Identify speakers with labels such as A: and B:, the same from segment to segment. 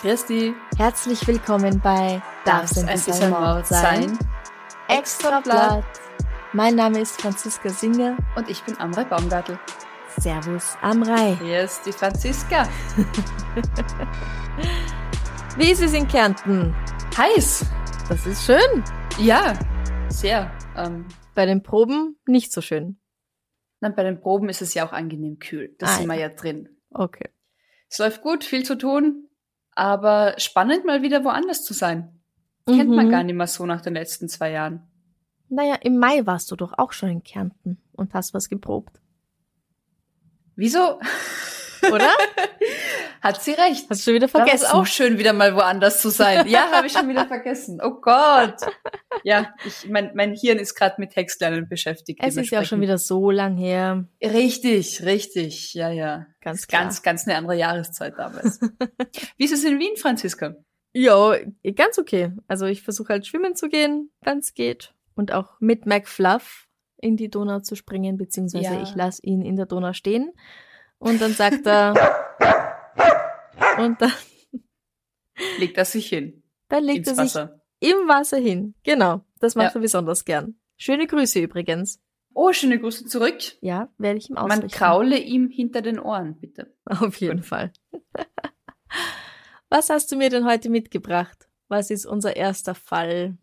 A: Christi,
B: Herzlich willkommen bei
A: darf's ein bisschen Maut sein?
B: Extra Blatt. Mein Name ist Franziska Singer.
A: Und ich bin Amrei Baumgartel.
B: Servus Amrei.
A: Hier ist die Franziska.
B: Wie ist es in Kärnten?
A: Heiß!
B: Das ist schön.
A: Ja, sehr. Ähm,
B: Bei den Proben nicht so schön.
A: nein, bei den Proben ist es ja auch angenehm kühl. Da
B: Ah,
A: sind wir
B: ja.
A: ja drin.
B: Okay.
A: Es läuft gut, viel zu tun, aber spannend mal wieder woanders zu sein. Kennt man gar nicht mehr so nach den letzten zwei Jahren.
B: Naja, im Mai warst du doch auch schon in Kärnten und hast was geprobt,
A: Wieso?
B: oder?
A: Hat sie recht.
B: hast du schon wieder
A: Da war es
B: vergessen.
A: auch schön, wieder mal woanders zu sein. Ja, habe ich schon wieder vergessen. Oh Gott. Ja, ich, mein, mein Hirn ist gerade mit Textlernen beschäftigt.
B: es ist ja auch
A: dementsprechend.
B: schon wieder so lang her.
A: Richtig, richtig, ja, ja.
B: Ganz klar.
A: Ganz, ganz eine andere Jahreszeit damals. Wie ist es in Wien, Franziska?
B: Ja, ganz okay. Also ich versuche halt schwimmen zu gehen, wenn es geht. Und auch mit McFluff in die Donau zu springen, beziehungsweise
A: Ja.
B: ich lasse ihn in der Donau stehen. Und dann sagt er. und dann,
A: Legt das sich hin
B: dann legt
A: ins
B: er sich
A: Wasser.
B: im Wasser hin. Genau. Das macht er
A: Ja.
B: besonders gern. Schöne Grüße übrigens.
A: Oh, schöne Grüße zurück.
B: Ja, werde ich ihm ausrichten.
A: Man kraule ihm hinter den Ohren, bitte.
B: Auf jeden Fall. Was hast du mir denn heute mitgebracht? Was ist unser erster Fall?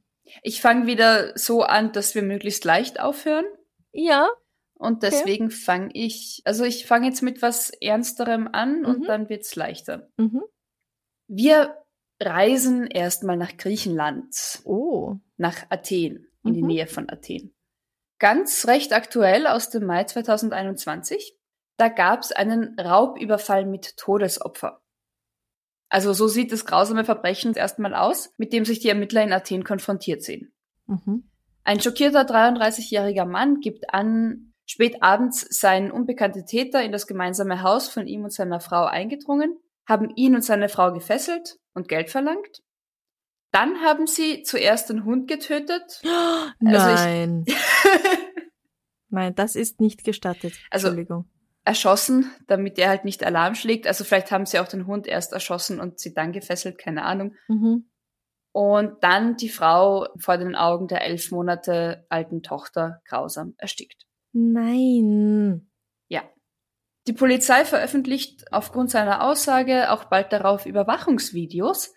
A: Ich fange wieder so an, dass wir möglichst leicht aufhören.
B: Ja,
A: Und deswegen fange ich, also ich fange jetzt mit was Ernsterem an
B: Mhm.
A: und dann wird's leichter.
B: mhm.
A: Wir reisen erstmal nach Griechenland.
B: oh,
A: nach Athen, in die
B: Mhm.
A: Nähe von Athen. Ganz recht aktuell aus dem Mai 2021, da gab es einen Raubüberfall mit Todesopfer. Also so sieht das grausame Verbrechen erstmal aus, mit dem sich die Ermittler in Athen konfrontiert sehen.
B: mhm.
A: Ein schockierter 33-jähriger Mann gibt an, spät abends seien unbekannte Täter in das gemeinsame Haus von ihm und seiner Frau eingedrungen, haben ihn und seine Frau gefesselt und Geld verlangt. Dann haben sie zuerst den Hund getötet Also
B: Nein. Nein, das ist nicht gestattet.
A: Also-
B: Entschuldigung.
A: erschossen, damit er halt nicht Alarm schlägt. Also vielleicht haben sie auch den Hund erst erschossen und sie dann gefesselt, keine Ahnung.
B: Mhm.
A: Und dann die Frau vor den Augen der elf Monate alten Tochter grausam erstickt.
B: Nein.
A: Die Polizei veröffentlicht aufgrund seiner Aussage auch bald darauf Überwachungsvideos,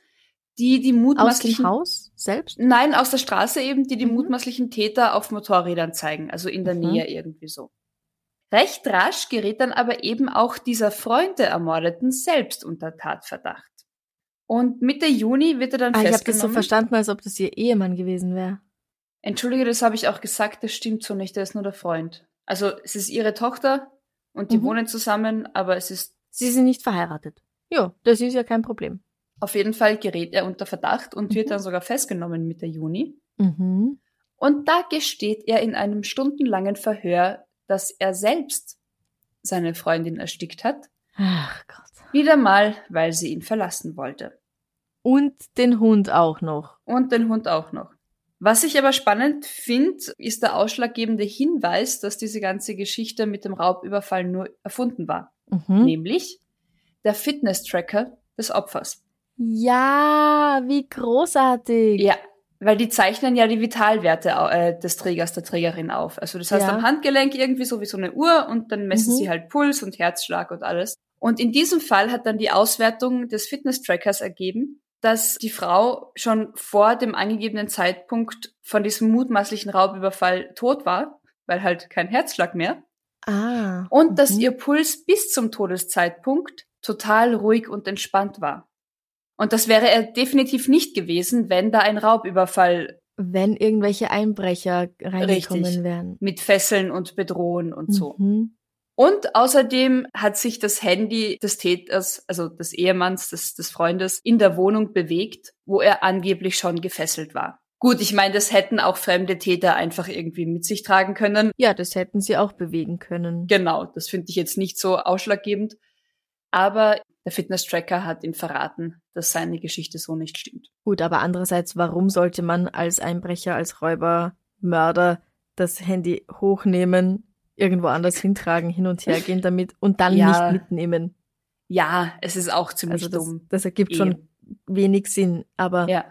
A: die
B: Aus
A: die
B: dem
A: mutmaßlichen
B: Haus selbst?
A: Nein, aus der Straße eben, die die
B: Mhm.
A: mutmaßlichen Täter auf Motorrädern zeigen, also in der
B: Mhm.
A: Nähe irgendwie so. Recht rasch gerät dann aber eben auch dieser Freund der Ermordeten selbst unter Tatverdacht. Und Mitte Juni wird er dann
B: Ah, ich habe das
A: festgenommen.
B: so verstanden, als ob das ihr Ehemann gewesen wäre.
A: Entschuldige, das habe ich auch gesagt, das stimmt so nicht, der ist nur der Freund. Also es ist ihre Tochter und die
B: Mhm.
A: wohnen zusammen, aber es ist
B: Sie sind nicht verheiratet. Ja, das ist ja kein Problem.
A: auf jeden Fall gerät er unter Verdacht und wird
B: Mhm.
A: dann sogar festgenommen Mitte Juni.
B: Mhm.
A: Und da gesteht er in einem stundenlangen Verhör, dass er selbst seine Freundin erstickt hat,
B: Ach Gott.
A: wieder mal, weil sie ihn verlassen wollte.
B: Und den Hund auch noch.
A: Und den Hund auch noch. Was ich aber spannend finde, ist der ausschlaggebende Hinweis, dass diese ganze Geschichte mit dem Raubüberfall nur erfunden war.
B: Mhm.
A: Nämlich der Fitness-Tracker des Opfers.
B: Ja, wie großartig.
A: Ja, weil die zeichnen ja die Vitalwerte äh, des Trägers, der Trägerin auf. Also das heißt
B: Ja.
A: am Handgelenk irgendwie so wie so eine Uhr und dann messen
B: Mhm.
A: sie halt Puls und Herzschlag und alles. Und in diesem Fall hat dann die Auswertung des Fitness-Trackers ergeben, dass die Frau schon vor dem angegebenen Zeitpunkt von diesem mutmaßlichen Raubüberfall tot war, weil halt kein Herzschlag mehr.
B: Ah.
A: Und dass
B: mhm.
A: ihr Puls bis zum Todeszeitpunkt total ruhig und entspannt war. Und das wäre er definitiv nicht gewesen, wenn da ein Raubüberfall
B: Wenn irgendwelche Einbrecher reingekommen
A: Richtig.
B: wären.
A: mit Fesseln und Bedrohen und so.
B: Mhm.
A: Und außerdem hat sich das Handy des Täters, also des Ehemanns, des, des Freundes, in der Wohnung bewegt, wo er angeblich schon gefesselt war. Gut, ich meine, das hätten auch fremde Täter einfach irgendwie mit sich tragen können.
B: Ja, das hätten sie auch bewegen können.
A: Genau, das finde ich jetzt nicht so ausschlaggebend. Aber der Fitness-Tracker hat ihn verraten, dass seine Geschichte so nicht stimmt.
B: Gut, aber andererseits, warum sollte man als Einbrecher, als Räuber, Mörder das Handy hochnehmen, irgendwo anders hintragen, hin und her gehen damit und dann
A: Ja.
B: nicht mitnehmen?
A: Ja, es ist auch ziemlich
B: Also das,
A: dumm. Eh.
B: das ergibt schon wenig Sinn, aber ja.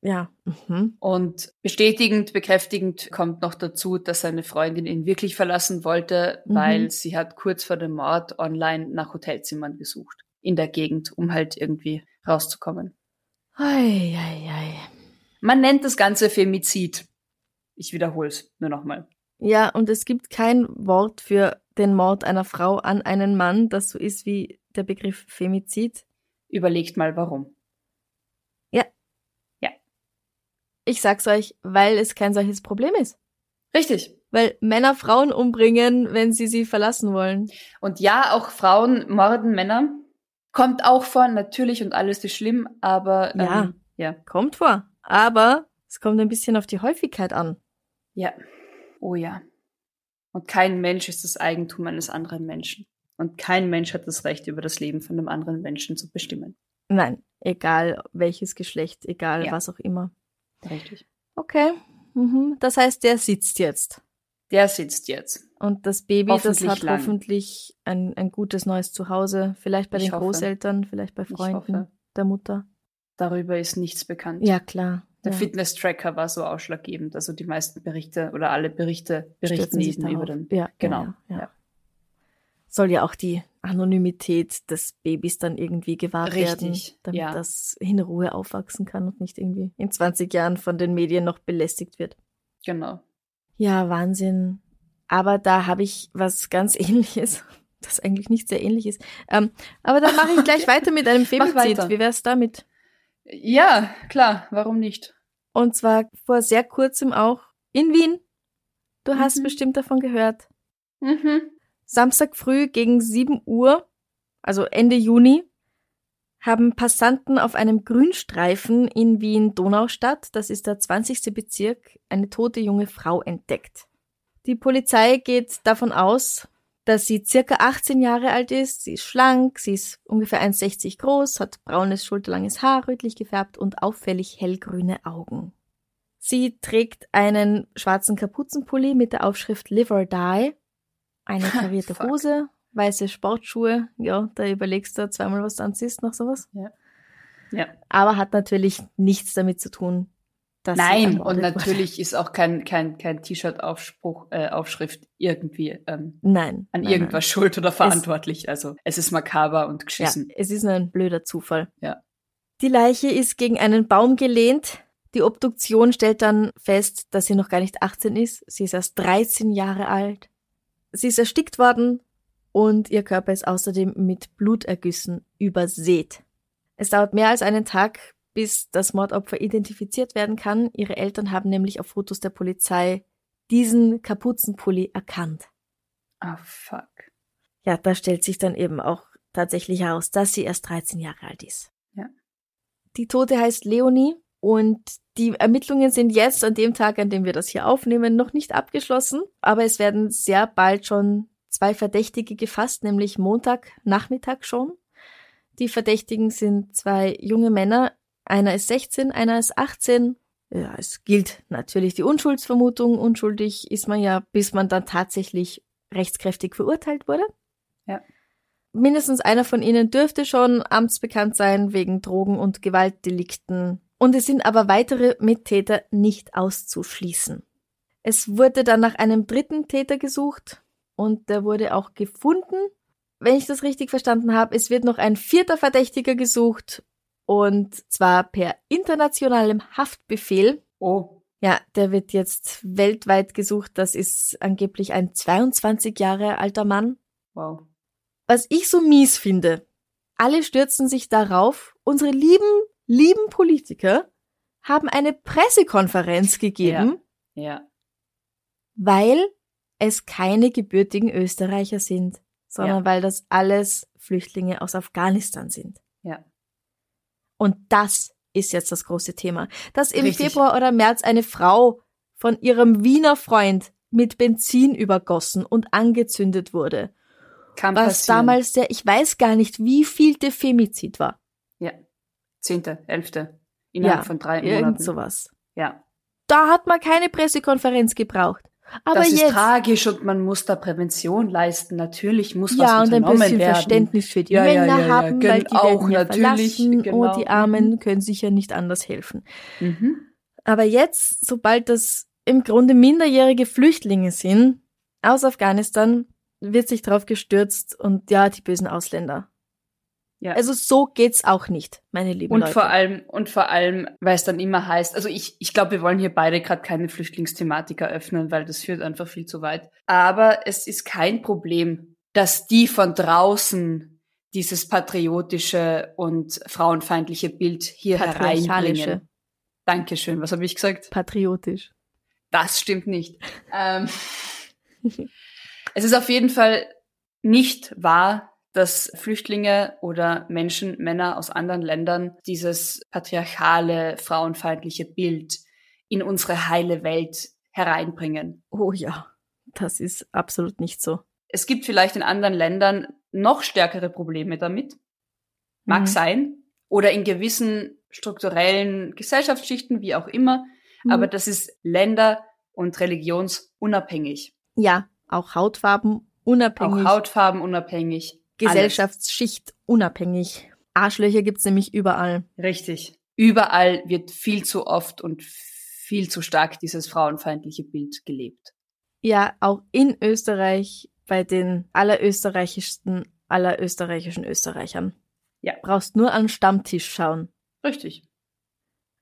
A: Ja.
B: Mhm.
A: Und bestätigend, bekräftigend kommt noch dazu, dass seine Freundin ihn wirklich verlassen wollte,
B: Mhm.
A: weil sie hat kurz vor dem Mord online nach Hotelzimmern gesucht in der Gegend, um halt irgendwie rauszukommen.
B: Ei, ei, ei.
A: Man nennt das Ganze Femizid. Ich wiederhole es nur nochmal.
B: Ja, und es gibt kein Wort für den Mord einer Frau an einen Mann, das so ist wie der Begriff Femizid.
A: Überlegt mal, warum.
B: Ich sag's euch, weil es kein solches Problem ist.
A: Richtig.
B: Weil Männer Frauen umbringen, wenn sie sie verlassen wollen.
A: Und ja, auch Frauen morden Männer. Kommt auch vor, natürlich und alles ist schlimm, aber ähm,
B: Ja.
A: ja,
B: Kommt vor. Aber es kommt ein bisschen auf die Häufigkeit an.
A: Ja. Oh ja. Und kein Mensch ist das Eigentum eines anderen Menschen. Und kein Mensch hat das Recht, über das Leben von einem anderen Menschen zu bestimmen.
B: Nein, egal welches Geschlecht, egal
A: Ja.
B: was auch immer.
A: Richtig.
B: Okay. Mhm. Das heißt, der sitzt jetzt.
A: Der sitzt jetzt.
B: Und das Baby, das
A: Hoffentlich
B: hat
A: lang.
B: hoffentlich ein, ein gutes neues Zuhause. Vielleicht bei
A: Ich
B: den
A: hoffe.
B: Großeltern, vielleicht bei
A: hoffe.
B: Freunden der Mutter.
A: Darüber ist nichts bekannt.
B: Ja, klar.
A: Der
B: ja.
A: Fitness-Tracker war so ausschlaggebend. Also die meisten Berichte oder alle Berichte berichten
B: Stürzen sich
A: eben
B: darauf.
A: über den.
B: Ja,
A: Genau,
B: Ja, ja.
A: ja.
B: Soll ja auch die Anonymität des Babys dann irgendwie gewahrt
A: Richtig,
B: werden, damit
A: ja.
B: das in Ruhe aufwachsen kann und nicht irgendwie in 20 Jahren von den Medien noch belästigt wird.
A: Genau.
B: Ja, Wahnsinn. Aber da habe ich was ganz ähnliches, das eigentlich nicht sehr ähnlich ist. Ähm, aber dann mache ich gleich weiter mit einem Femizid.
A: weiter.
B: Wie wär's damit?
A: Ja, klar. Warum nicht?
B: Und zwar vor sehr kurzem auch in Wien. Du hast
A: Mhm.
B: bestimmt davon gehört.
A: Mhm.
B: Samstag früh gegen 7 Uhr, also Ende Juni, haben Passanten auf einem Grünstreifen in Wien-Donaustadt, das ist der 20. Bezirk, eine tote junge Frau entdeckt. Die Polizei geht davon aus, dass sie circa 18 Jahre alt ist, sie ist schlank, sie ist ungefähr 1,60 groß, hat braunes, schulterlanges Haar, rötlich gefärbt und auffällig hellgrüne Augen. Sie trägt einen schwarzen Kapuzenpulli mit der Aufschrift Live or Die, eine karierte
A: Fuck.
B: Hose, weiße Sportschuhe, ja, da überlegst du zweimal, was du anziehst, nach sowas.
A: Ja.
B: Aber hat natürlich nichts damit zu tun, dass sie
A: Nein,
B: ermordet
A: und
B: wurde.
A: natürlich ist auch kein, kein, kein T-Shirt-Aufschrift äh, Aufschrift irgendwie ähm,
B: Nein.
A: an
B: nein,
A: irgendwas schuld oder verantwortlich. also es ist makaber und
B: Nein.
A: geschissen.
B: Ja, es ist nur ein blöder Zufall.
A: Ja.
B: Die Leiche ist gegen einen Baum gelehnt. Die Obduktion stellt dann fest, dass sie noch gar nicht 18 ist. Sie ist erst 13 Jahre alt. Sie ist erstickt worden und ihr Körper ist außerdem mit Blutergüssen übersät. Es dauert mehr als einen Tag, bis das Mordopfer identifiziert werden kann. Ihre Eltern haben nämlich auf Fotos der Polizei diesen Kapuzenpulli erkannt.
A: Ah, fuck.
B: ja, da stellt sich dann eben auch tatsächlich heraus, dass sie erst 13 Jahre alt ist.
A: Ja.
B: Die Tote heißt Leonie und die Ermittlungen sind jetzt an dem Tag, an dem wir das hier aufnehmen, noch nicht abgeschlossen, aber es werden sehr bald schon zwei Verdächtige gefasst, nämlich Montag Nachmittag schon. Die Verdächtigen sind zwei junge Männer, einer ist 16, einer ist 18. Ja, es gilt natürlich die Unschuldsvermutung. Unschuldig ist man ja, bis man dann tatsächlich rechtskräftig verurteilt wurde.
A: Ja.
B: Mindestens einer von ihnen dürfte schon amtsbekannt sein wegen Drogen- und Gewaltdelikten. Und es sind aber weitere Mittäter nicht auszuschließen. Es wurde dann nach einem dritten Täter gesucht und der wurde auch gefunden. Wenn ich das richtig verstanden habe, es wird noch ein vierter Verdächtiger gesucht und zwar per internationalem Haftbefehl.
A: Oh,
B: Ja, der wird jetzt weltweit gesucht. Das ist angeblich ein 22 Jahre alter Mann.
A: wow.
B: Was ich so mies finde Alle stürzen sich darauf. Unsere lieben, lieben Politiker haben eine Pressekonferenz gegeben,
A: Ja.
B: weil es keine gebürtigen Österreicher sind, sondern
A: Ja.
B: weil das alles Flüchtlinge aus Afghanistan sind.
A: Ja.
B: Und das ist jetzt das große Thema, dass im
A: Richtig.
B: Februar oder März eine Frau von ihrem Wiener Freund mit Benzin übergossen und angezündet wurde,
A: Kann
B: was
A: passieren.
B: damals der, ich weiß gar nicht, wie vielte Femizid war.
A: Ja. Zehnte, elfte. Innerhalb
B: Ja,
A: von drei
B: Irgend
A: Monaten.
B: sowas.
A: Ja.
B: Da hat man keine Pressekonferenz gebraucht. Aber
A: das
B: jetzt,
A: ist tragisch und man muss da Prävention leisten. Natürlich muss
B: ja,
A: was
B: und ein
A: unternommen
B: bisschen
A: werden.
B: Verständnis für die
A: Ja, ja,
B: Männer
A: ja, ja,
B: haben, weil die
A: genau,
B: werden ja
A: natürlich,
B: verlassen
A: genau.
B: und die Armen können sich ja nicht anders helfen.
A: Mhm.
B: Aber jetzt, sobald das im Grunde minderjährige Flüchtlinge sind aus Afghanistan, wird sich drauf gestürzt und ja, die bösen Ausländer.
A: Ja.
B: Also so geht's auch nicht, meine lieben
A: und
B: Leute.
A: vor allem, und vor allem, weil es dann immer heißt, also ich, ich glaube, wir wollen hier beide gerade keine Flüchtlingsthematik eröffnen, weil das führt einfach viel zu weit. Aber es ist kein Problem, dass die von draußen dieses patriotische und frauenfeindliche Bild hier
B: Patriarchalische.
A: hereinbringen. Dankeschön. Was habe ich gesagt?
B: patriotisch.
A: Das stimmt nicht. ähm, es ist auf jeden Fall nicht wahr, dass Flüchtlinge oder Menschen, Männer aus anderen Ländern dieses patriarchale, frauenfeindliche Bild in unsere heile Welt hereinbringen.
B: Oh ja, das ist absolut nicht so.
A: Es gibt vielleicht in anderen Ländern noch stärkere Probleme damit, mag
B: Mhm.
A: sein, oder in gewissen strukturellen Gesellschaftsschichten, wie auch immer,
B: Mhm.
A: aber das ist länder- und religionsunabhängig.
B: Ja, auch Hautfarben unabhängig,
A: Auch Hautfarben unabhängig.
B: Gesellschaftsschicht unabhängig. Arschlöcher gibt's nämlich überall.
A: Richtig. Überall wird viel zu oft und viel zu stark dieses frauenfeindliche Bild gelebt.
B: Ja, auch in Österreich bei den allerösterreichischsten aller österreichischen Österreichern.
A: Ja.
B: Brauchst nur an den Stammtisch schauen.
A: Richtig.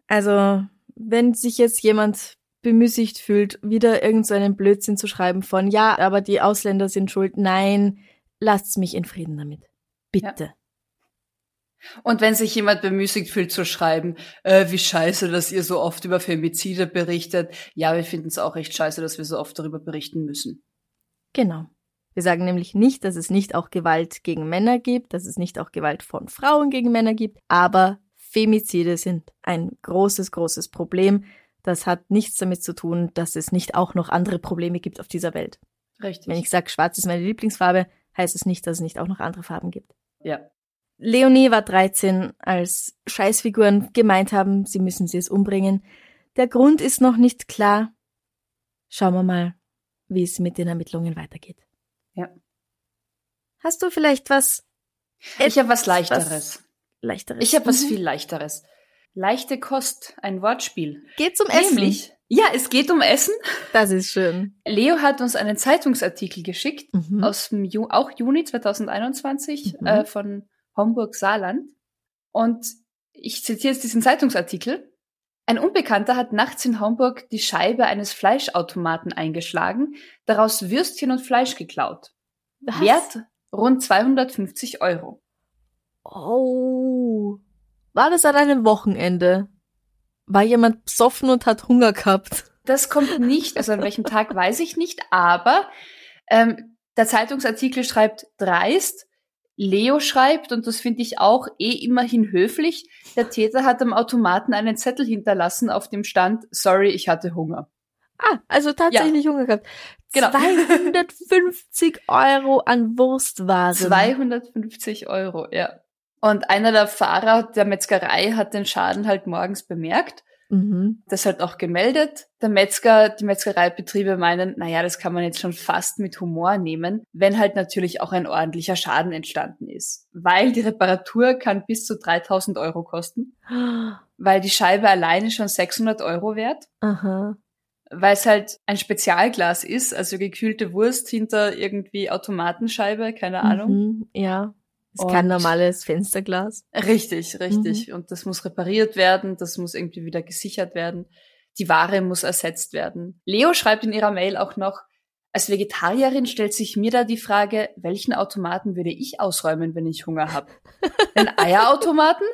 B: Also, wenn sich jetzt jemand bemüßigt fühlt, wieder irgendeinen Blödsinn zu schreiben von, ja, aber die Ausländer sind schuld, nein, lasst mich in Frieden damit. Bitte.
A: Und wenn sich jemand bemüßigt fühlt zu schreiben, äh, wie scheiße, dass ihr so oft über Femizide berichtet. Ja, wir finden es auch echt scheiße, dass wir so oft darüber berichten müssen.
B: Genau. Wir sagen nämlich nicht, dass es nicht auch Gewalt gegen Männer gibt, dass es nicht auch Gewalt von Frauen gegen Männer gibt, aber Femizide sind ein großes, großes Problem. Das hat nichts damit zu tun, dass es nicht auch noch andere Probleme gibt auf dieser Welt.
A: Richtig.
B: Wenn ich sage, schwarz ist meine Lieblingsfarbe, heißt es nicht, dass es nicht auch noch andere Farben gibt.
A: ja.
B: Leonie war 13, als Scheißfiguren gemeint haben, sie müssen sie es umbringen. Der Grund ist noch nicht klar. Schauen wir mal, wie es mit den Ermittlungen weitergeht.
A: Ja.
B: Hast du vielleicht was?
A: Ich habe was
B: etwas
A: Leichteres.
B: leichteres.
A: Ich habe was
B: Mhm.
A: viel Leichteres. Leichte Kost, ein Wortspiel.
B: Geht zum Essen.
A: Nämlich- Ja, es geht um Essen.
B: Das ist schön.
A: Leo hat uns einen Zeitungsartikel geschickt.
B: Mhm.
A: aus dem Ju auch Juni 2021
B: Mhm.
A: äh, von Homburg Saarland. Und ich zitiere jetzt diesen Zeitungsartikel. Ein Unbekannter hat nachts in Homburg die Scheibe eines Fleischautomaten eingeschlagen, daraus Würstchen und Fleisch geklaut.
B: was?
A: Wert rund 250 Euro.
B: Oh. War das an einem Wochenende? War jemand besoffen und hat Hunger gehabt?
A: Das kommt nicht, also an welchem Tag weiß ich nicht, aber ähm, der Zeitungsartikel schreibt dreist, Leo schreibt, und das finde ich auch eh immerhin höflich, der Täter hat am Automaten einen Zettel hinterlassen, auf dem stand, sorry, ich hatte Hunger.
B: Ah, also tatsächlich Hunger gehabt.
A: Genau.
B: 250 Euro an Wurstwaren.
A: 250 Euro, ja. Und einer der Fahrer der Metzgerei hat den Schaden halt morgens bemerkt
B: Mhm.
A: das halt auch gemeldet. Der Metzger, die Metzgereibetriebe meinen, naja, das kann man jetzt schon fast mit Humor nehmen, wenn halt natürlich auch ein ordentlicher Schaden entstanden ist. Weil die Reparatur kann bis zu 3000 Euro kosten, weil die Scheibe alleine schon 600 Euro wert,
B: Aha.
A: weil es halt ein Spezialglas ist, also gekühlte Wurst hinter irgendwie Automatenscheibe, keine Ahnung.
B: Mhm. Ja. Ist kein
A: Und-
B: normales Fensterglas.
A: Richtig, richtig.
B: Mhm.
A: Und das muss repariert werden, das muss irgendwie wieder gesichert werden. Die Ware muss ersetzt werden. Leo schreibt in ihrer Mail auch noch, Als Vegetarierin stellt sich mir da die Frage, welchen Automaten würde ich ausräumen, wenn ich Hunger habe? Den Eierautomaten?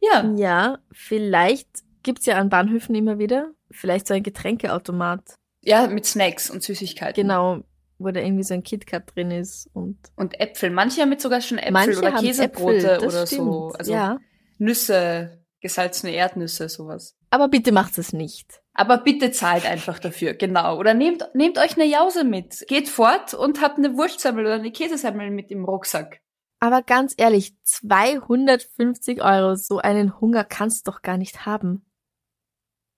A: ja,
B: Ja, vielleicht gibt's ja an Bahnhöfen immer wieder, vielleicht so ein Getränkeautomat.
A: ja, mit Snacks und Süßigkeiten.
B: Genau, wo da irgendwie so ein KitKat drin ist und
A: Und Äpfel. Manche haben jetzt sogar schon Äpfel
B: manche
A: oder
B: haben
A: Käsebrote
B: Äpfel, das
A: oder
B: stimmt.
A: so. Also
B: ja,
A: Nüsse, gesalzene Erdnüsse, sowas.
B: aber bitte macht es nicht.
A: Aber bitte zahlt einfach dafür, genau. Oder nehmt, nehmt euch eine Jause mit. Geht fort und habt eine Wurstsemmel oder eine Käsesemmel mit im Rucksack.
B: Aber ganz ehrlich, 250 Euro, so einen Hunger kannst du doch gar nicht haben.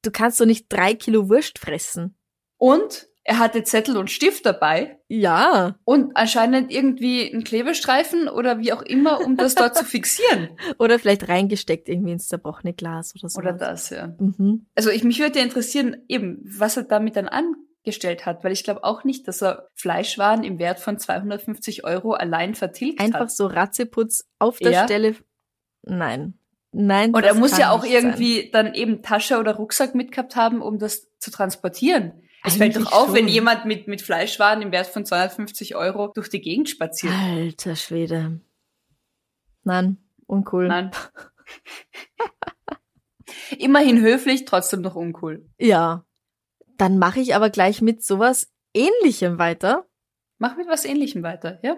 B: Du kannst doch nicht drei Kilo Wurst fressen.
A: Und er hatte Zettel und Stift dabei
B: Ja.
A: und anscheinend irgendwie einen Klebestreifen oder wie auch immer, um das dort zu fixieren.
B: Oder vielleicht reingesteckt irgendwie ins zerbrochene Glas oder so.
A: Oder das, ja.
B: Mhm.
A: Also ich, mich würde ja interessieren, eben, was er damit dann angestellt hat, weil ich glaube auch nicht, dass er Fleischwaren im Wert von 250 Euro allein vertilgt
B: Einfach
A: hat.
B: so Ratzeputz auf der
A: halt. Ja.
B: Stelle. Nein. Nein.
A: Und
B: das
A: er muss
B: kann
A: ja auch
B: nicht sein.
A: irgendwie dann eben Tasche oder Rucksack mitgehabt haben, um das zu transportieren. Es fällt doch
B: Eigentlich
A: auf, wenn
B: schon.
A: jemand mit, mit Fleischwaren im Wert von 250 Euro durch die Gegend spaziert.
B: Alter Schwede. Nein, uncool.
A: Nein. Immerhin höflich, trotzdem noch uncool.
B: Ja. Dann mache ich aber gleich mit sowas ähnlichem weiter.
A: Mach mit was ähnlichem weiter, ja?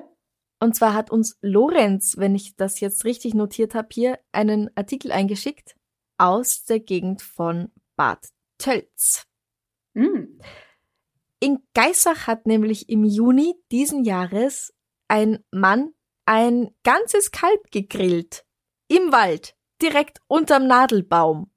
B: Und zwar hat uns Lorenz, wenn ich das jetzt richtig notiert habe, hier einen Artikel eingeschickt aus der Gegend von Bad Tölz.
A: Hm.
B: In Geisach hat nämlich im Juni diesen Jahres ein Mann ein ganzes Kalb gegrillt. Im Wald, direkt unterm Nadelbaum.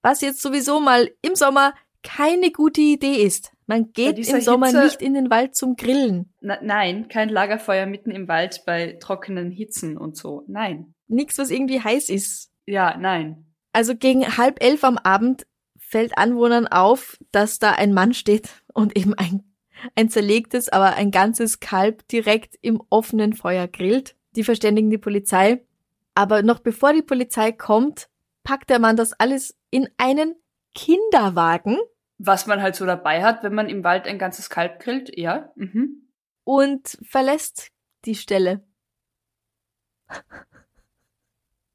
B: Was jetzt sowieso mal im Sommer keine gute Idee ist. Man geht
A: dieser
B: im Sommer
A: Hitze-
B: nicht in den Wald zum Grillen.
A: Na, nein, kein Lagerfeuer mitten im Wald bei trockenen Hitzen und so. Nein.
B: Nichts, was irgendwie heiß ist.
A: Ja, nein.
B: Also gegen halb elf am Abend fällt Anwohnern auf, dass da ein Mann steht und eben ein, ein zerlegtes, aber ein ganzes Kalb direkt im offenen Feuer grillt. Die verständigen die Polizei. Aber noch bevor die Polizei kommt, packt der Mann das alles in einen Kinderwagen
A: Was man halt so dabei hat, wenn man im Wald ein ganzes Kalb grillt, ja. Mhm.
B: und verlässt die Stelle.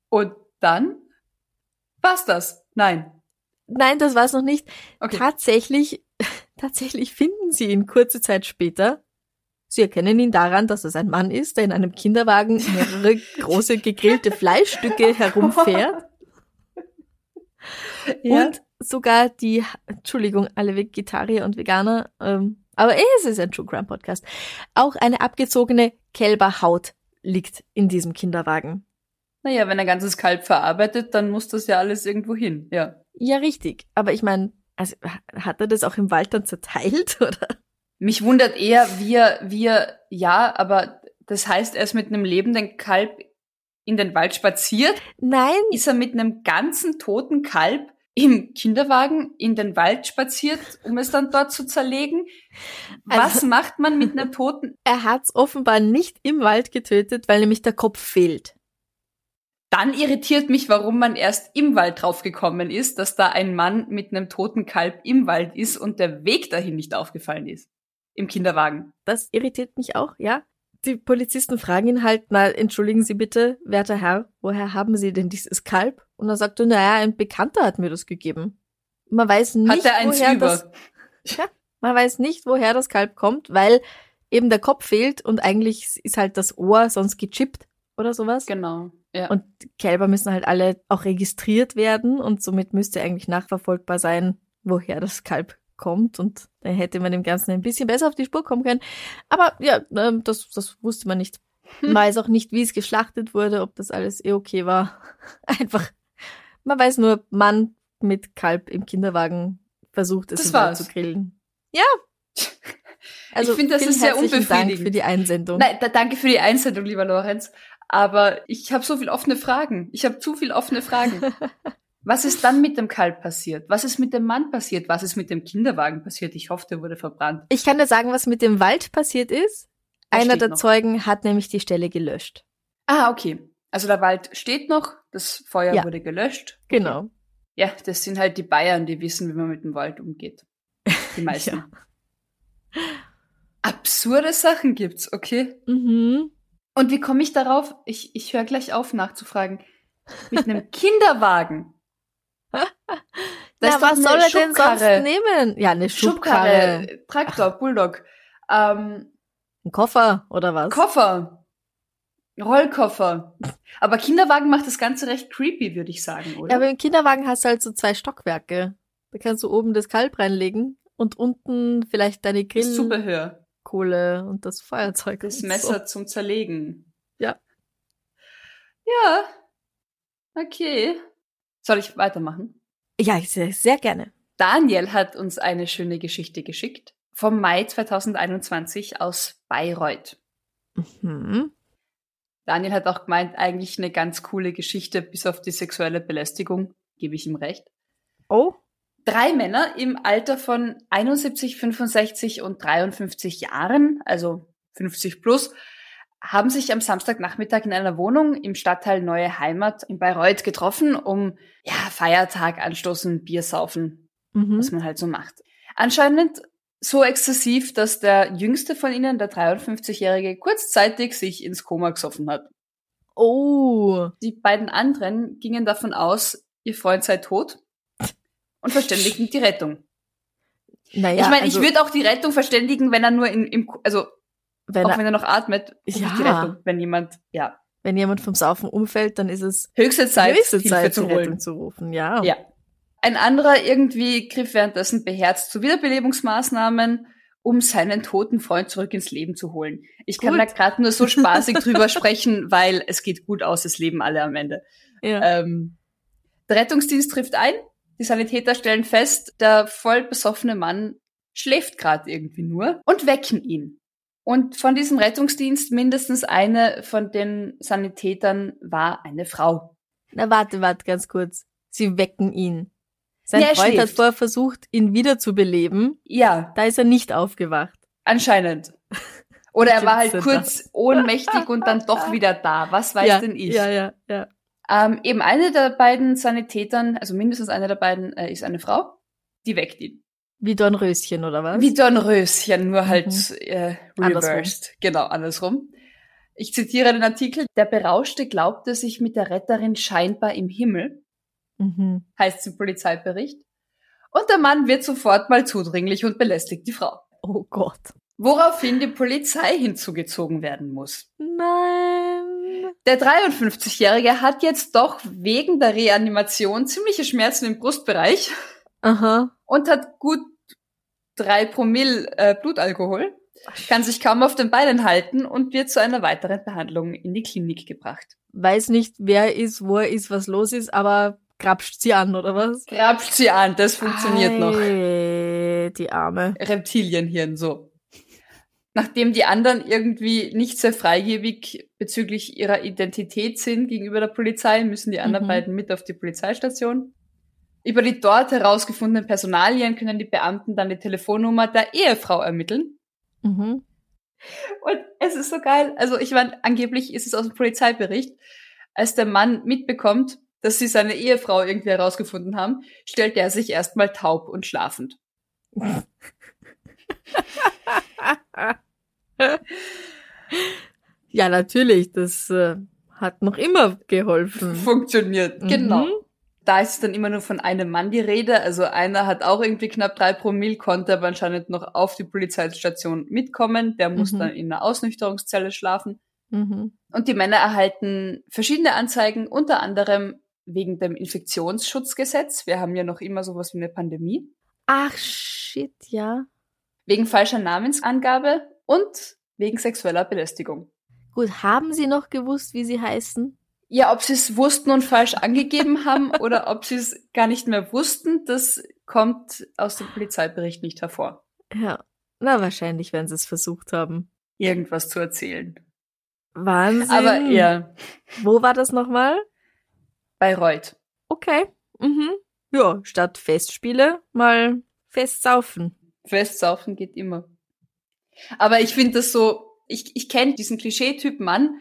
A: Und dann? War's das? Nein.
B: Nein, das war's noch nicht.
A: Okay.
B: Tatsächlich, tatsächlich finden sie ihn kurze Zeit später. Sie erkennen ihn daran, dass es ein Mann ist, der in einem Kinderwagen mehrere große gegrillte Fleischstücke herumfährt
A: Ja.
B: und sogar die, Entschuldigung, alle Vegetarier und Veganer, ähm, aber es ist ein True Crime Podcast. Auch eine abgezogene Kälberhaut liegt in diesem Kinderwagen.
A: Naja, wenn ein ganzes Kalb verarbeitet, dann muss das ja alles irgendwo hin, ja.
B: Ja, richtig. Aber ich meine, also, hat er das auch im Wald dann zerteilt oder?
A: Mich wundert eher, wir, wir, ja, aber das heißt, er ist mit einem lebenden Kalb in den Wald spaziert,
B: Nein,
A: ist er mit einem ganzen toten Kalb im Kinderwagen in den Wald spaziert, um es dann dort zu zerlegen. Was
B: Also-
A: macht man mit einem toten?
B: Er hat es offenbar nicht im Wald getötet, weil nämlich der Kopf fehlt.
A: Dann irritiert mich, warum man erst im Wald draufgekommen ist, dass da ein Mann mit einem toten Kalb im Wald ist und der Weg dahin nicht aufgefallen ist. Im Kinderwagen.
B: Das irritiert mich auch, ja. Die Polizisten fragen ihn halt, na, entschuldigen Sie bitte, werter Herr, woher haben Sie denn dieses Kalb? Und er sagt, naja, ein Bekannter hat mir das gegeben. Man weiß nicht,
A: Hat er eins
B: woher
A: über?
B: das, man weiß nicht, woher das Kalb kommt, weil eben der Kopf fehlt und eigentlich ist halt das Ohr sonst gechippt oder sowas.
A: Genau. Ja.
B: Und Kälber müssen halt alle auch registriert werden und somit müsste eigentlich nachverfolgbar sein, woher das Kalb kommt und dann hätte man dem Ganzen ein bisschen besser auf die Spur kommen können. Aber ja, ähm, das, das wusste man nicht.
A: Hm.
B: Man weiß auch nicht, wie es geschlachtet wurde, ob das alles eh okay war. Einfach, man weiß nur, Mann mit Kalb im Kinderwagen versucht es
A: Das
B: im Wald
A: war's.
B: zu grillen. Ja.
A: Ich finde, das
B: vielen
A: ist sehr
B: herzlichen Dank
A: unbefriedigend.
B: für die Einsendung.
A: Nein, da, danke für die Einsendung, lieber Lorenz. Aber ich habe so viel offene Fragen. Ich habe zu viel offene Fragen. Was ist dann mit dem Kalb passiert? Was ist mit dem Mann passiert? Was ist mit dem Kinderwagen passiert? Ich hoffe, der wurde verbrannt.
B: Ich kann dir sagen, was mit dem Wald passiert ist.
A: Da
B: Einer
A: steht
B: der
A: noch.
B: Zeugen hat nämlich die Stelle gelöscht.
A: Ah, okay. Also der Wald steht noch, das Feuer
B: Ja.
A: wurde gelöscht.
B: Genau.
A: Ja, das sind halt die Bayern, die wissen, wie man mit dem Wald umgeht. Die meisten. Absurde Sachen gibt's, okay?
B: Mhm.
A: Und wie komme ich darauf? Ich, ich höre gleich auf nachzufragen. Mit einem Kinderwagen.
B: Na,
A: ist doch
B: was
A: eine
B: soll er denn sonst
A: Schubkarre.
B: nehmen? Ja, eine Schubkarre.
A: Schubkarre, Traktor, Bulldog, ähm,
B: Ein Koffer oder was?
A: Koffer, Rollkoffer. Aber Kinderwagen macht das Ganze recht creepy, würde ich sagen, oder?
B: ja, aber im Kinderwagen hast du halt so zwei Stockwerke. Da kannst du oben das Kalb reinlegen und unten vielleicht deine
A: das
B: Grillkohle
A: Zubehör,
B: und das Feuerzeug.
A: das
B: und
A: Messer zum Zerlegen.
B: Ja.
A: Ja. Okay. Soll ich weitermachen?
B: So. Ja, ich sehr, sehr gerne.
A: Daniel hat uns eine schöne Geschichte geschickt vom Mai 2021 aus Bayreuth.
B: Mhm.
A: Daniel hat auch gemeint, eigentlich eine ganz coole Geschichte, bis auf die sexuelle Belästigung, gebe ich ihm recht.
B: Oh.
A: Drei Männer im Alter von 71, 65 und 53 Jahren, also 50 plus, haben sich am Samstagnachmittag in einer Wohnung im Stadtteil Neue Heimat in Bayreuth getroffen, um ja, Feiertag anstoßen, Bier saufen,
B: Mhm.
A: was man halt so macht. Anscheinend so exzessiv, dass der jüngste von ihnen, der 53-Jährige, kurzzeitig sich ins Koma gesoffen hat.
B: Oh.
A: Die beiden anderen gingen davon aus, ihr Freund sei tot und verständigten die Rettung.
B: Naja,
A: ich meine,
B: also,
A: ich würde auch die Rettung verständigen, wenn er nur in, im, also
B: wenn,
A: auch
B: er,
A: wenn er noch atmet, rufe ich die
B: Ja.
A: Rettung, wenn jemand, ja,
B: wenn jemand vom Saufen umfällt, dann ist es
A: höchste Zeit,
B: höchste
A: Hilfe
B: Zeit,
A: zu
B: die
A: holen.
B: Rettung zu rufen. Ja.
A: Ja. Ein anderer irgendwie griff währenddessen beherzt zu Wiederbelebungsmaßnahmen, um seinen toten Freund zurück ins Leben zu holen. Ich kann
B: Gut.
A: da gerade nur so spaßig drüber sprechen, weil es geht gut aus, es leben alle am Ende.
B: Ja.
A: Ähm, der Rettungsdienst trifft ein, die Sanitäter stellen fest, der voll besoffene Mann schläft gerade irgendwie nur und wecken ihn. Und von diesem Rettungsdienst mindestens eine von den Sanitätern war eine Frau.
B: Na, warte, warte, ganz kurz. Sie wecken ihn. Sein
A: Ja, er
B: Freund hat
A: schläft.
B: vorher versucht, ihn wiederzubeleben.
A: Ja,
B: Da ist er nicht aufgewacht.
A: Anscheinend. Oder er war halt
B: Gibt's denn
A: kurz ohnmächtig und dann doch wieder da. Was weiß
B: ja,
A: denn ich?
B: Ja, ja, ja.
A: Ähm, eben eine der beiden Sanitätern, also mindestens eine der beiden äh, ist eine Frau, die weckt ihn.
B: Wie Dornröschen oder was?
A: Wie Dornröschen, nur halt
B: Mhm.
A: äh,
B: Andersrum.
A: reversed. Genau, andersrum. Ich zitiere den Artikel. Der Berauschte glaubte sich mit der Retterin scheinbar im Himmel,
B: Mhm.
A: heißt es im Polizeibericht. Und der Mann wird sofort mal zudringlich und belästigt die Frau.
B: Oh Gott.
A: Woraufhin die Polizei hinzugezogen werden muss.
B: Nein.
A: Der 53-Jährige hat jetzt doch wegen der Reanimation ziemliche Schmerzen im Brustbereich
B: Aha.
A: und hat gut drei Promille äh, Blutalkohol, kann sich kaum auf den Beinen halten und wird zu einer weiteren Behandlung in die Klinik gebracht.
B: Weiß nicht, wer er ist, wo er ist, was los ist, aber grapscht sie an oder was?
A: Grapscht sie an, das funktioniert noch.
B: Ei, Die Arme.
A: Reptilienhirn, so. Nachdem die anderen irgendwie nicht sehr freigebig bezüglich ihrer Identität sind gegenüber der Polizei, müssen die anderen
B: Mhm.
A: beiden mit auf die Polizeistation. Über die dort herausgefundenen Personalien können die Beamten dann die Telefonnummer der Ehefrau ermitteln.
B: Mhm.
A: Und es ist so geil. Also ich meine, angeblich ist es aus dem Polizeibericht, als der Mann mitbekommt, dass sie seine Ehefrau irgendwie herausgefunden haben, stellt er sich erstmal taub und schlafend.
B: Ja, natürlich, das äh, hat noch immer geholfen.
A: Funktioniert.
B: Mhm.
A: Genau. Da ist es dann immer nur von einem Mann die Rede. Also einer hat auch irgendwie knapp drei Promille, konnte aber anscheinend noch auf die Polizeistation mitkommen. Der muss
B: Mhm.
A: dann in einer Ausnüchterungszelle schlafen.
B: Mhm.
A: Und die Männer erhalten verschiedene Anzeigen, unter anderem wegen dem Infektionsschutzgesetz. Wir haben ja noch immer sowas wie eine Pandemie.
B: Ach, shit, ja.
A: Wegen falscher Namensangabe und wegen sexueller Belästigung.
B: Gut, haben Sie noch gewusst, wie Sie heißen?
A: Ja, ob sie es wussten und falsch angegeben haben oder ob sie es gar nicht mehr wussten, das kommt aus dem Polizeibericht nicht hervor.
B: Ja. Na, wahrscheinlich, wenn Sie es versucht haben.
A: Irgendwas zu erzählen.
B: Wahnsinn.
A: Aber ja,
B: Wo war das nochmal?
A: Bayreuth.
B: Okay. Mhm. Ja, statt Festspiele mal Festsaufen.
A: Festsaufen geht immer. Aber ich finde das so, ich, ich kenne diesen Klischeetyp Mann,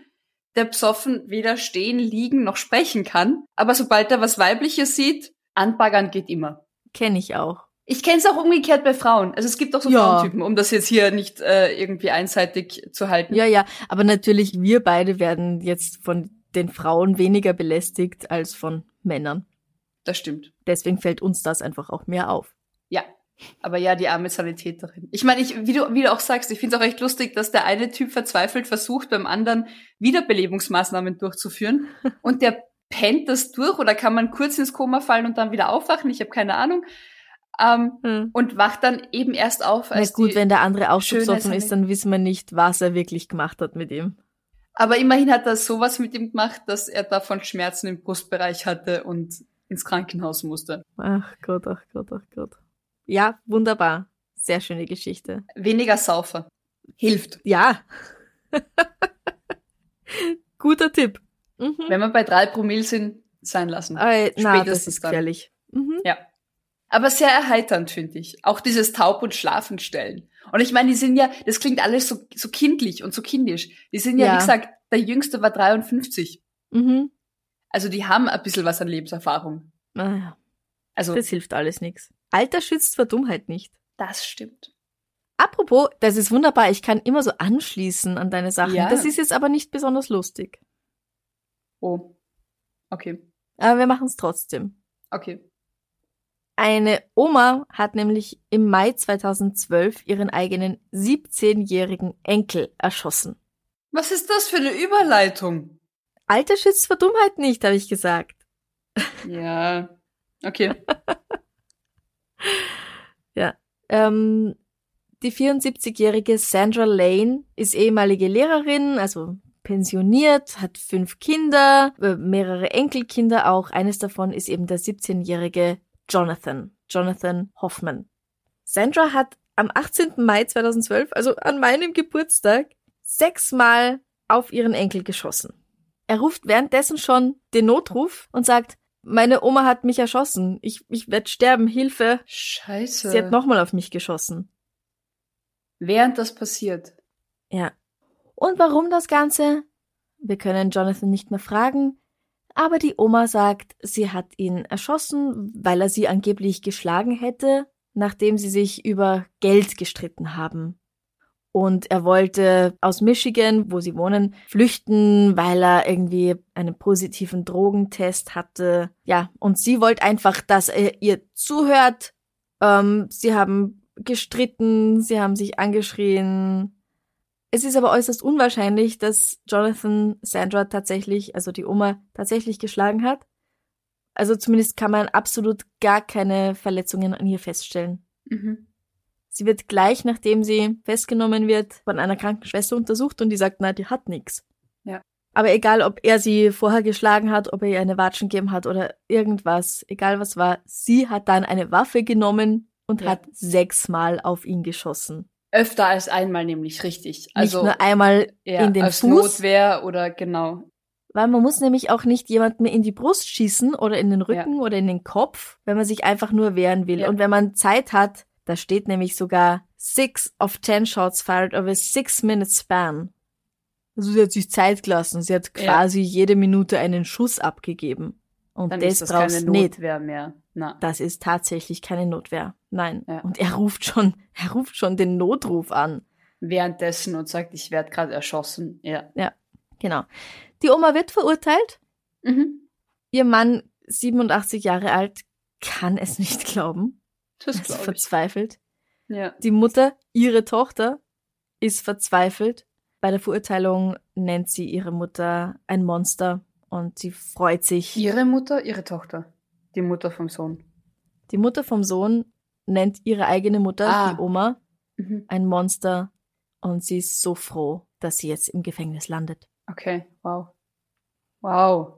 A: der besoffen weder stehen, liegen noch sprechen kann. Aber sobald er was Weibliches sieht, anbaggern geht immer.
B: Kenne ich auch.
A: Ich kenne es auch umgekehrt bei Frauen. Also es gibt auch so
B: Ja.
A: Frauentypen, um das jetzt hier nicht äh, irgendwie einseitig zu halten.
B: Ja, ja, aber natürlich, wir beide werden jetzt von den Frauen weniger belästigt als von Männern.
A: Das stimmt.
B: Deswegen fällt uns das einfach auch mehr auf.
A: Ja. Aber ja, die arme Sanitäterin. Ich meine, ich, wie, du, wie du auch sagst, ich finde es auch echt lustig, dass der eine Typ verzweifelt versucht, beim anderen Wiederbelebungsmaßnahmen durchzuführen. Und der pennt das durch oder kann man kurz ins Koma fallen und dann wieder aufwachen. Ich habe keine Ahnung. Ähm, und wacht dann eben erst auf,
B: Na
A: als
B: gut,
A: die,
B: wenn der andere auch so
A: Schönheit
B: besoffen ist, dann wissen wir nicht, was er wirklich gemacht hat mit ihm.
A: Aber immerhin hat er sowas mit ihm gemacht, dass er davon Schmerzen im Brustbereich hatte und ins Krankenhaus musste.
B: Ach Gott, ach Gott, ach Gott. Ja, wunderbar. Sehr schöne Geschichte.
A: Weniger Saufer. Hilft.
B: Ja. Guter Tipp. Mhm.
A: Wenn wir bei drei Promille sind, sein lassen.
B: Äh, na, das
A: Spätestens
B: ist
A: dann.
B: gefährlich. Mhm.
A: Ja. Aber sehr erheiternd, finde ich. Auch dieses Taub- und Schlafenstellen. Und ich meine, die sind ja, das klingt alles so, so kindlich und so kindisch. Die sind ja,
B: Ja.
A: wie gesagt, der Jüngste war 53.
B: Mhm.
A: Also die haben ein bisschen was an Lebenserfahrung.
B: Naja,
A: Also
B: Ah das
A: das,
B: hilft alles nichts. Alter schützt vor Dummheit nicht.
A: stimmt.
B: Apropos, das ist wunderbar. Ich kann immer so anschließen an deine Sachen.
A: Ja.
B: Das ist jetzt aber nicht besonders lustig.
A: Oh. Okay.
B: Aber wir machen es trotzdem.
A: Okay.
B: Eine Oma hat nämlich im Mai 2012 ihren eigenen 17-jährigen Enkel erschossen.
A: Was ist das für eine Überleitung?
B: Alter schützt vor Dummheit nicht, habe ich gesagt.
A: Ja. Okay.
B: Ähm, die 74-jährige Sandra Lane ist ehemalige Lehrerin, also pensioniert, hat fünf Kinder, äh, mehrere Enkelkinder auch. Eines davon ist eben der 17-jährige Jonathan, Jonathan Hoffman. Sandra hat am 18. Mai 2012, also an meinem Geburtstag, sechsmal auf ihren Enkel geschossen. Er ruft währenddessen schon den Notruf und sagt, meine Oma hat mich erschossen. Ich, ich werde sterben. Hilfe.
A: Scheiße.
B: Sie hat nochmal auf mich geschossen.
A: Während das passiert.
B: Ja. Und warum das Ganze? Wir können Jonathan nicht mehr fragen, aber die Oma sagt, sie hat ihn erschossen, weil er sie angeblich geschlagen hätte, nachdem sie sich über Geld gestritten haben. Und er wollte aus Michigan, wo sie wohnen, flüchten, weil er irgendwie einen positiven Drogentest hatte. Ja, und sie wollte einfach, dass er ihr zuhört. Ähm, sie haben gestritten, sie haben sich angeschrien, es ist aber äußerst unwahrscheinlich, dass Jonathan Sandra tatsächlich, also die Oma, tatsächlich geschlagen hat. Also zumindest kann man absolut gar keine Verletzungen an ihr feststellen.
A: Mhm.
B: Sie wird gleich, nachdem sie festgenommen wird, von einer Krankenschwester untersucht und die sagt, na, die hat nix.
A: Ja.
B: Aber egal, ob er sie vorher geschlagen hat, ob er ihr eine Watschen gegeben hat oder irgendwas, egal was war, sie hat dann eine Waffe genommen und
A: Ja.
B: hat sechsmal auf ihn geschossen.
A: Öfter als einmal nämlich, richtig. Also
B: Nicht nur einmal
A: ja,
B: in den
A: als
B: Fuß,
A: Notwehr oder genau.
B: Weil man muss nämlich auch nicht jemanden in die Brust schießen oder in den Rücken oder in den Kopf, wenn man sich einfach nur wehren will.
A: Ja.
B: Und wenn man Zeit hat, da steht nämlich sogar six of ten shots fired over a six minute span. Also sie hat sich Zeit gelassen. Sie hat
A: Ja.
B: quasi jede Minute einen Schuss abgegeben. Und
A: Dann
B: das,
A: ist das keine
B: brauchst du nicht.
A: Notwehr mehr. Na.
B: Das ist tatsächlich keine Notwehr. Nein.
A: Ja.
B: Und er ruft schon, er ruft schon den Notruf an.
A: Währenddessen und sagt, ich werde gerade erschossen. Ja.
B: Genau. Die Oma wird verurteilt.
A: Mhm.
B: Ihr Mann, 87 Jahre alt, kann es nicht glauben.
A: Das
B: Ist
A: glaube ich.
B: verzweifelt.
A: Ja.
B: Die Mutter, ihre Tochter, ist verzweifelt. Bei der Verurteilung nennt sie ihre Mutter ein Monster und sie freut sich.
A: Ihre Mutter, ihre Tochter. Die Mutter vom Sohn.
B: Die Mutter vom Sohn nennt ihre eigene Mutter,
A: Ah.
B: die Oma,
A: Mhm.
B: ein Monster und sie ist so froh, dass sie jetzt im Gefängnis landet.
A: Okay, wow. Wow.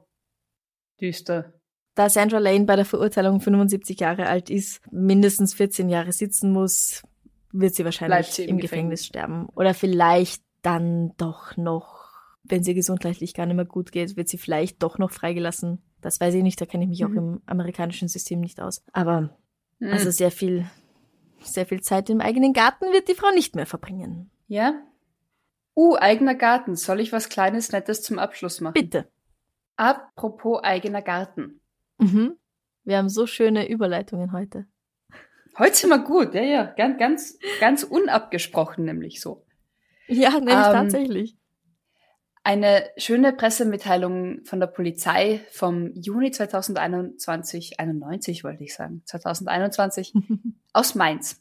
A: Düster.
B: Da Sandra Lane bei der Verurteilung 75 Jahre alt ist, mindestens 14 Jahre sitzen muss, wird sie wahrscheinlich
A: Bleibt sie
B: im,
A: im
B: Gefängnis
A: Gefängnis.
B: sterben. Oder vielleicht dann doch noch, wenn sie gesundheitlich gar nicht mehr gut geht, wird sie vielleicht doch noch freigelassen. Das weiß ich nicht, da kenne ich mich auch
A: Mhm.
B: im amerikanischen System nicht aus. Aber
A: Mhm.
B: also sehr viel, sehr viel Zeit im eigenen Garten wird die Frau nicht mehr verbringen.
A: ja? Uh, eigener Garten. Soll ich was Kleines, Nettes zum Abschluss machen?
B: Bitte.
A: Apropos eigener Garten.
B: Mhm. Wir haben so schöne Überleitungen heute.
A: Heute sind wir gut, ja, ja. Ganz, ganz, ganz unabgesprochen, nämlich so.
B: Ja, nämlich
A: Ähm,
B: tatsächlich.
A: Eine schöne Pressemitteilung von der Polizei vom Juni 2021, 91 wollte ich sagen, 2021 aus Mainz.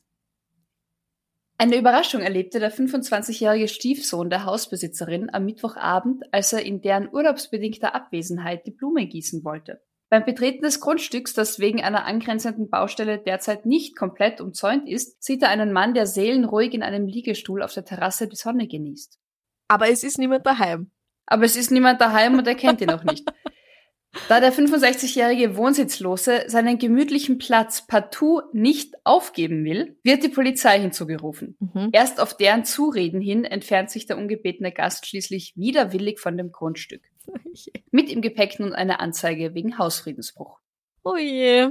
A: Eine Überraschung erlebte der 25-jährige Stiefsohn der Hausbesitzerin am Mittwochabend, als er in deren urlaubsbedingter Abwesenheit die Blumen gießen wollte. Beim Betreten des Grundstücks, das wegen einer angrenzenden Baustelle derzeit nicht komplett umzäunt ist, sieht er einen Mann, der seelenruhig in einem Liegestuhl auf der Terrasse die Sonne genießt.
B: Aber es ist niemand daheim.
A: Aber es ist niemand daheim und er kennt ihn auch nicht. Da der 65-jährige Wohnsitzlose seinen gemütlichen Platz partout nicht aufgeben will, wird die Polizei hinzugerufen.
B: Mhm.
A: Erst auf deren Zureden hin entfernt sich der ungebetene Gast schließlich widerwillig von dem Grundstück. Mit im Gepäck nun eine Anzeige wegen Hausfriedensbruch.
B: Oh je.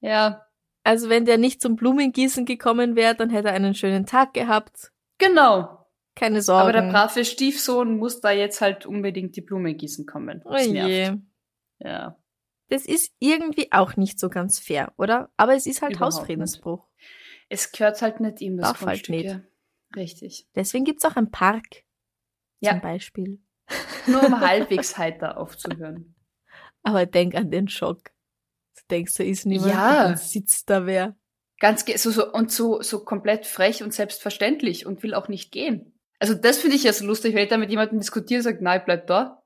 A: Ja,
B: Also wenn der nicht zum Blumengießen gekommen wäre, dann hätte er einen schönen Tag gehabt.
A: genau.
B: Keine Sorge.
A: Aber der brave Stiefsohn muss da jetzt halt unbedingt die Blume gießen kommen.
B: oh
A: Das nervt.
B: je.
A: Ja.
B: Das ist irgendwie auch nicht so ganz fair, oder? Aber es ist halt
A: Überhaupt
B: Hausfriedensbruch.
A: Es gehört halt nicht ihm, das
B: Darf halt
A: Grundstück.
B: nicht.
A: ja. Richtig.
B: Deswegen gibt's auch einen Park
A: Ja.
B: zum Beispiel.
A: Nur um halbwegs heiter aufzuhören.
B: Aber denk an den Schock. Du denkst, da ist niemand,
A: Ja.
B: und dann sitzt da wer.
A: Ganz ge- so, so und so, so komplett frech und selbstverständlich und will auch nicht gehen. Also das finde ich ja so lustig, wenn ich da mit jemandem diskutiere und sage, nein, bleib da.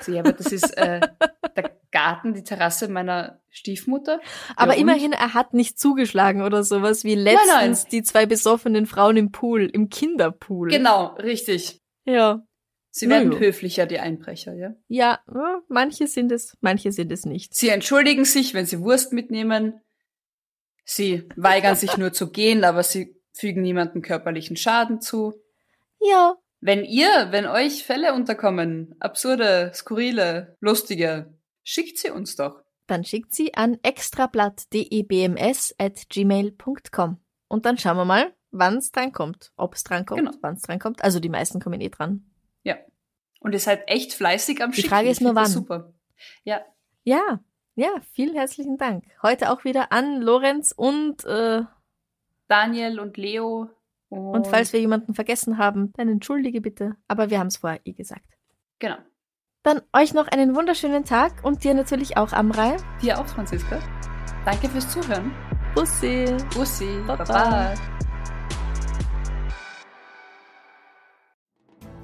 A: So, ja, aber das ist äh, der Garten, die Terrasse meiner Stiefmutter.
B: Aber
A: und?
B: immerhin, er hat nicht zugeschlagen oder sowas wie
A: nein.
B: letztens die zwei besoffenen Frauen im Pool, im Kinderpool.
A: Genau, richtig.
B: Ja.
A: Sie werden
B: Naja.
A: höflicher, die Einbrecher, ja.
B: Ja, ja, manche sind es, manche sind es nicht.
A: Sie entschuldigen sich, wenn sie Wurst mitnehmen. Sie weigern sich nur zu gehen, aber sie fügen niemandem körperlichen Schaden zu.
B: Ja,
A: Wenn ihr, wenn euch Fälle unterkommen, absurde, skurrile, lustige, schickt sie uns doch.
B: dann schickt sie an extrablatt.debms.gmail.com. Und dann schauen wir mal, wann's drankommt. Ob's drankommt,
A: Genau.
B: wann's drankommt. Also die meisten kommen eh dran.
A: Und ihr seid echt fleißig am
B: Die
A: Schicken.
B: Frage
A: Ich
B: ist nur,
A: find das
B: wann.
A: Super. Ja,
B: Ja, ja, vielen herzlichen Dank. Heute auch wieder an Lorenz und, äh,
A: Daniel und Leo. Und,
B: und falls wir jemanden vergessen haben, dann entschuldige bitte. Aber wir haben's vorher eh gesagt.
A: Genau.
B: Dann euch noch einen wunderschönen Tag und dir natürlich auch, Amrei.
A: Dir auch, Franziska. Danke fürs Zuhören.
B: Bussi.
A: Bussi.
B: Baba.
A: Baba.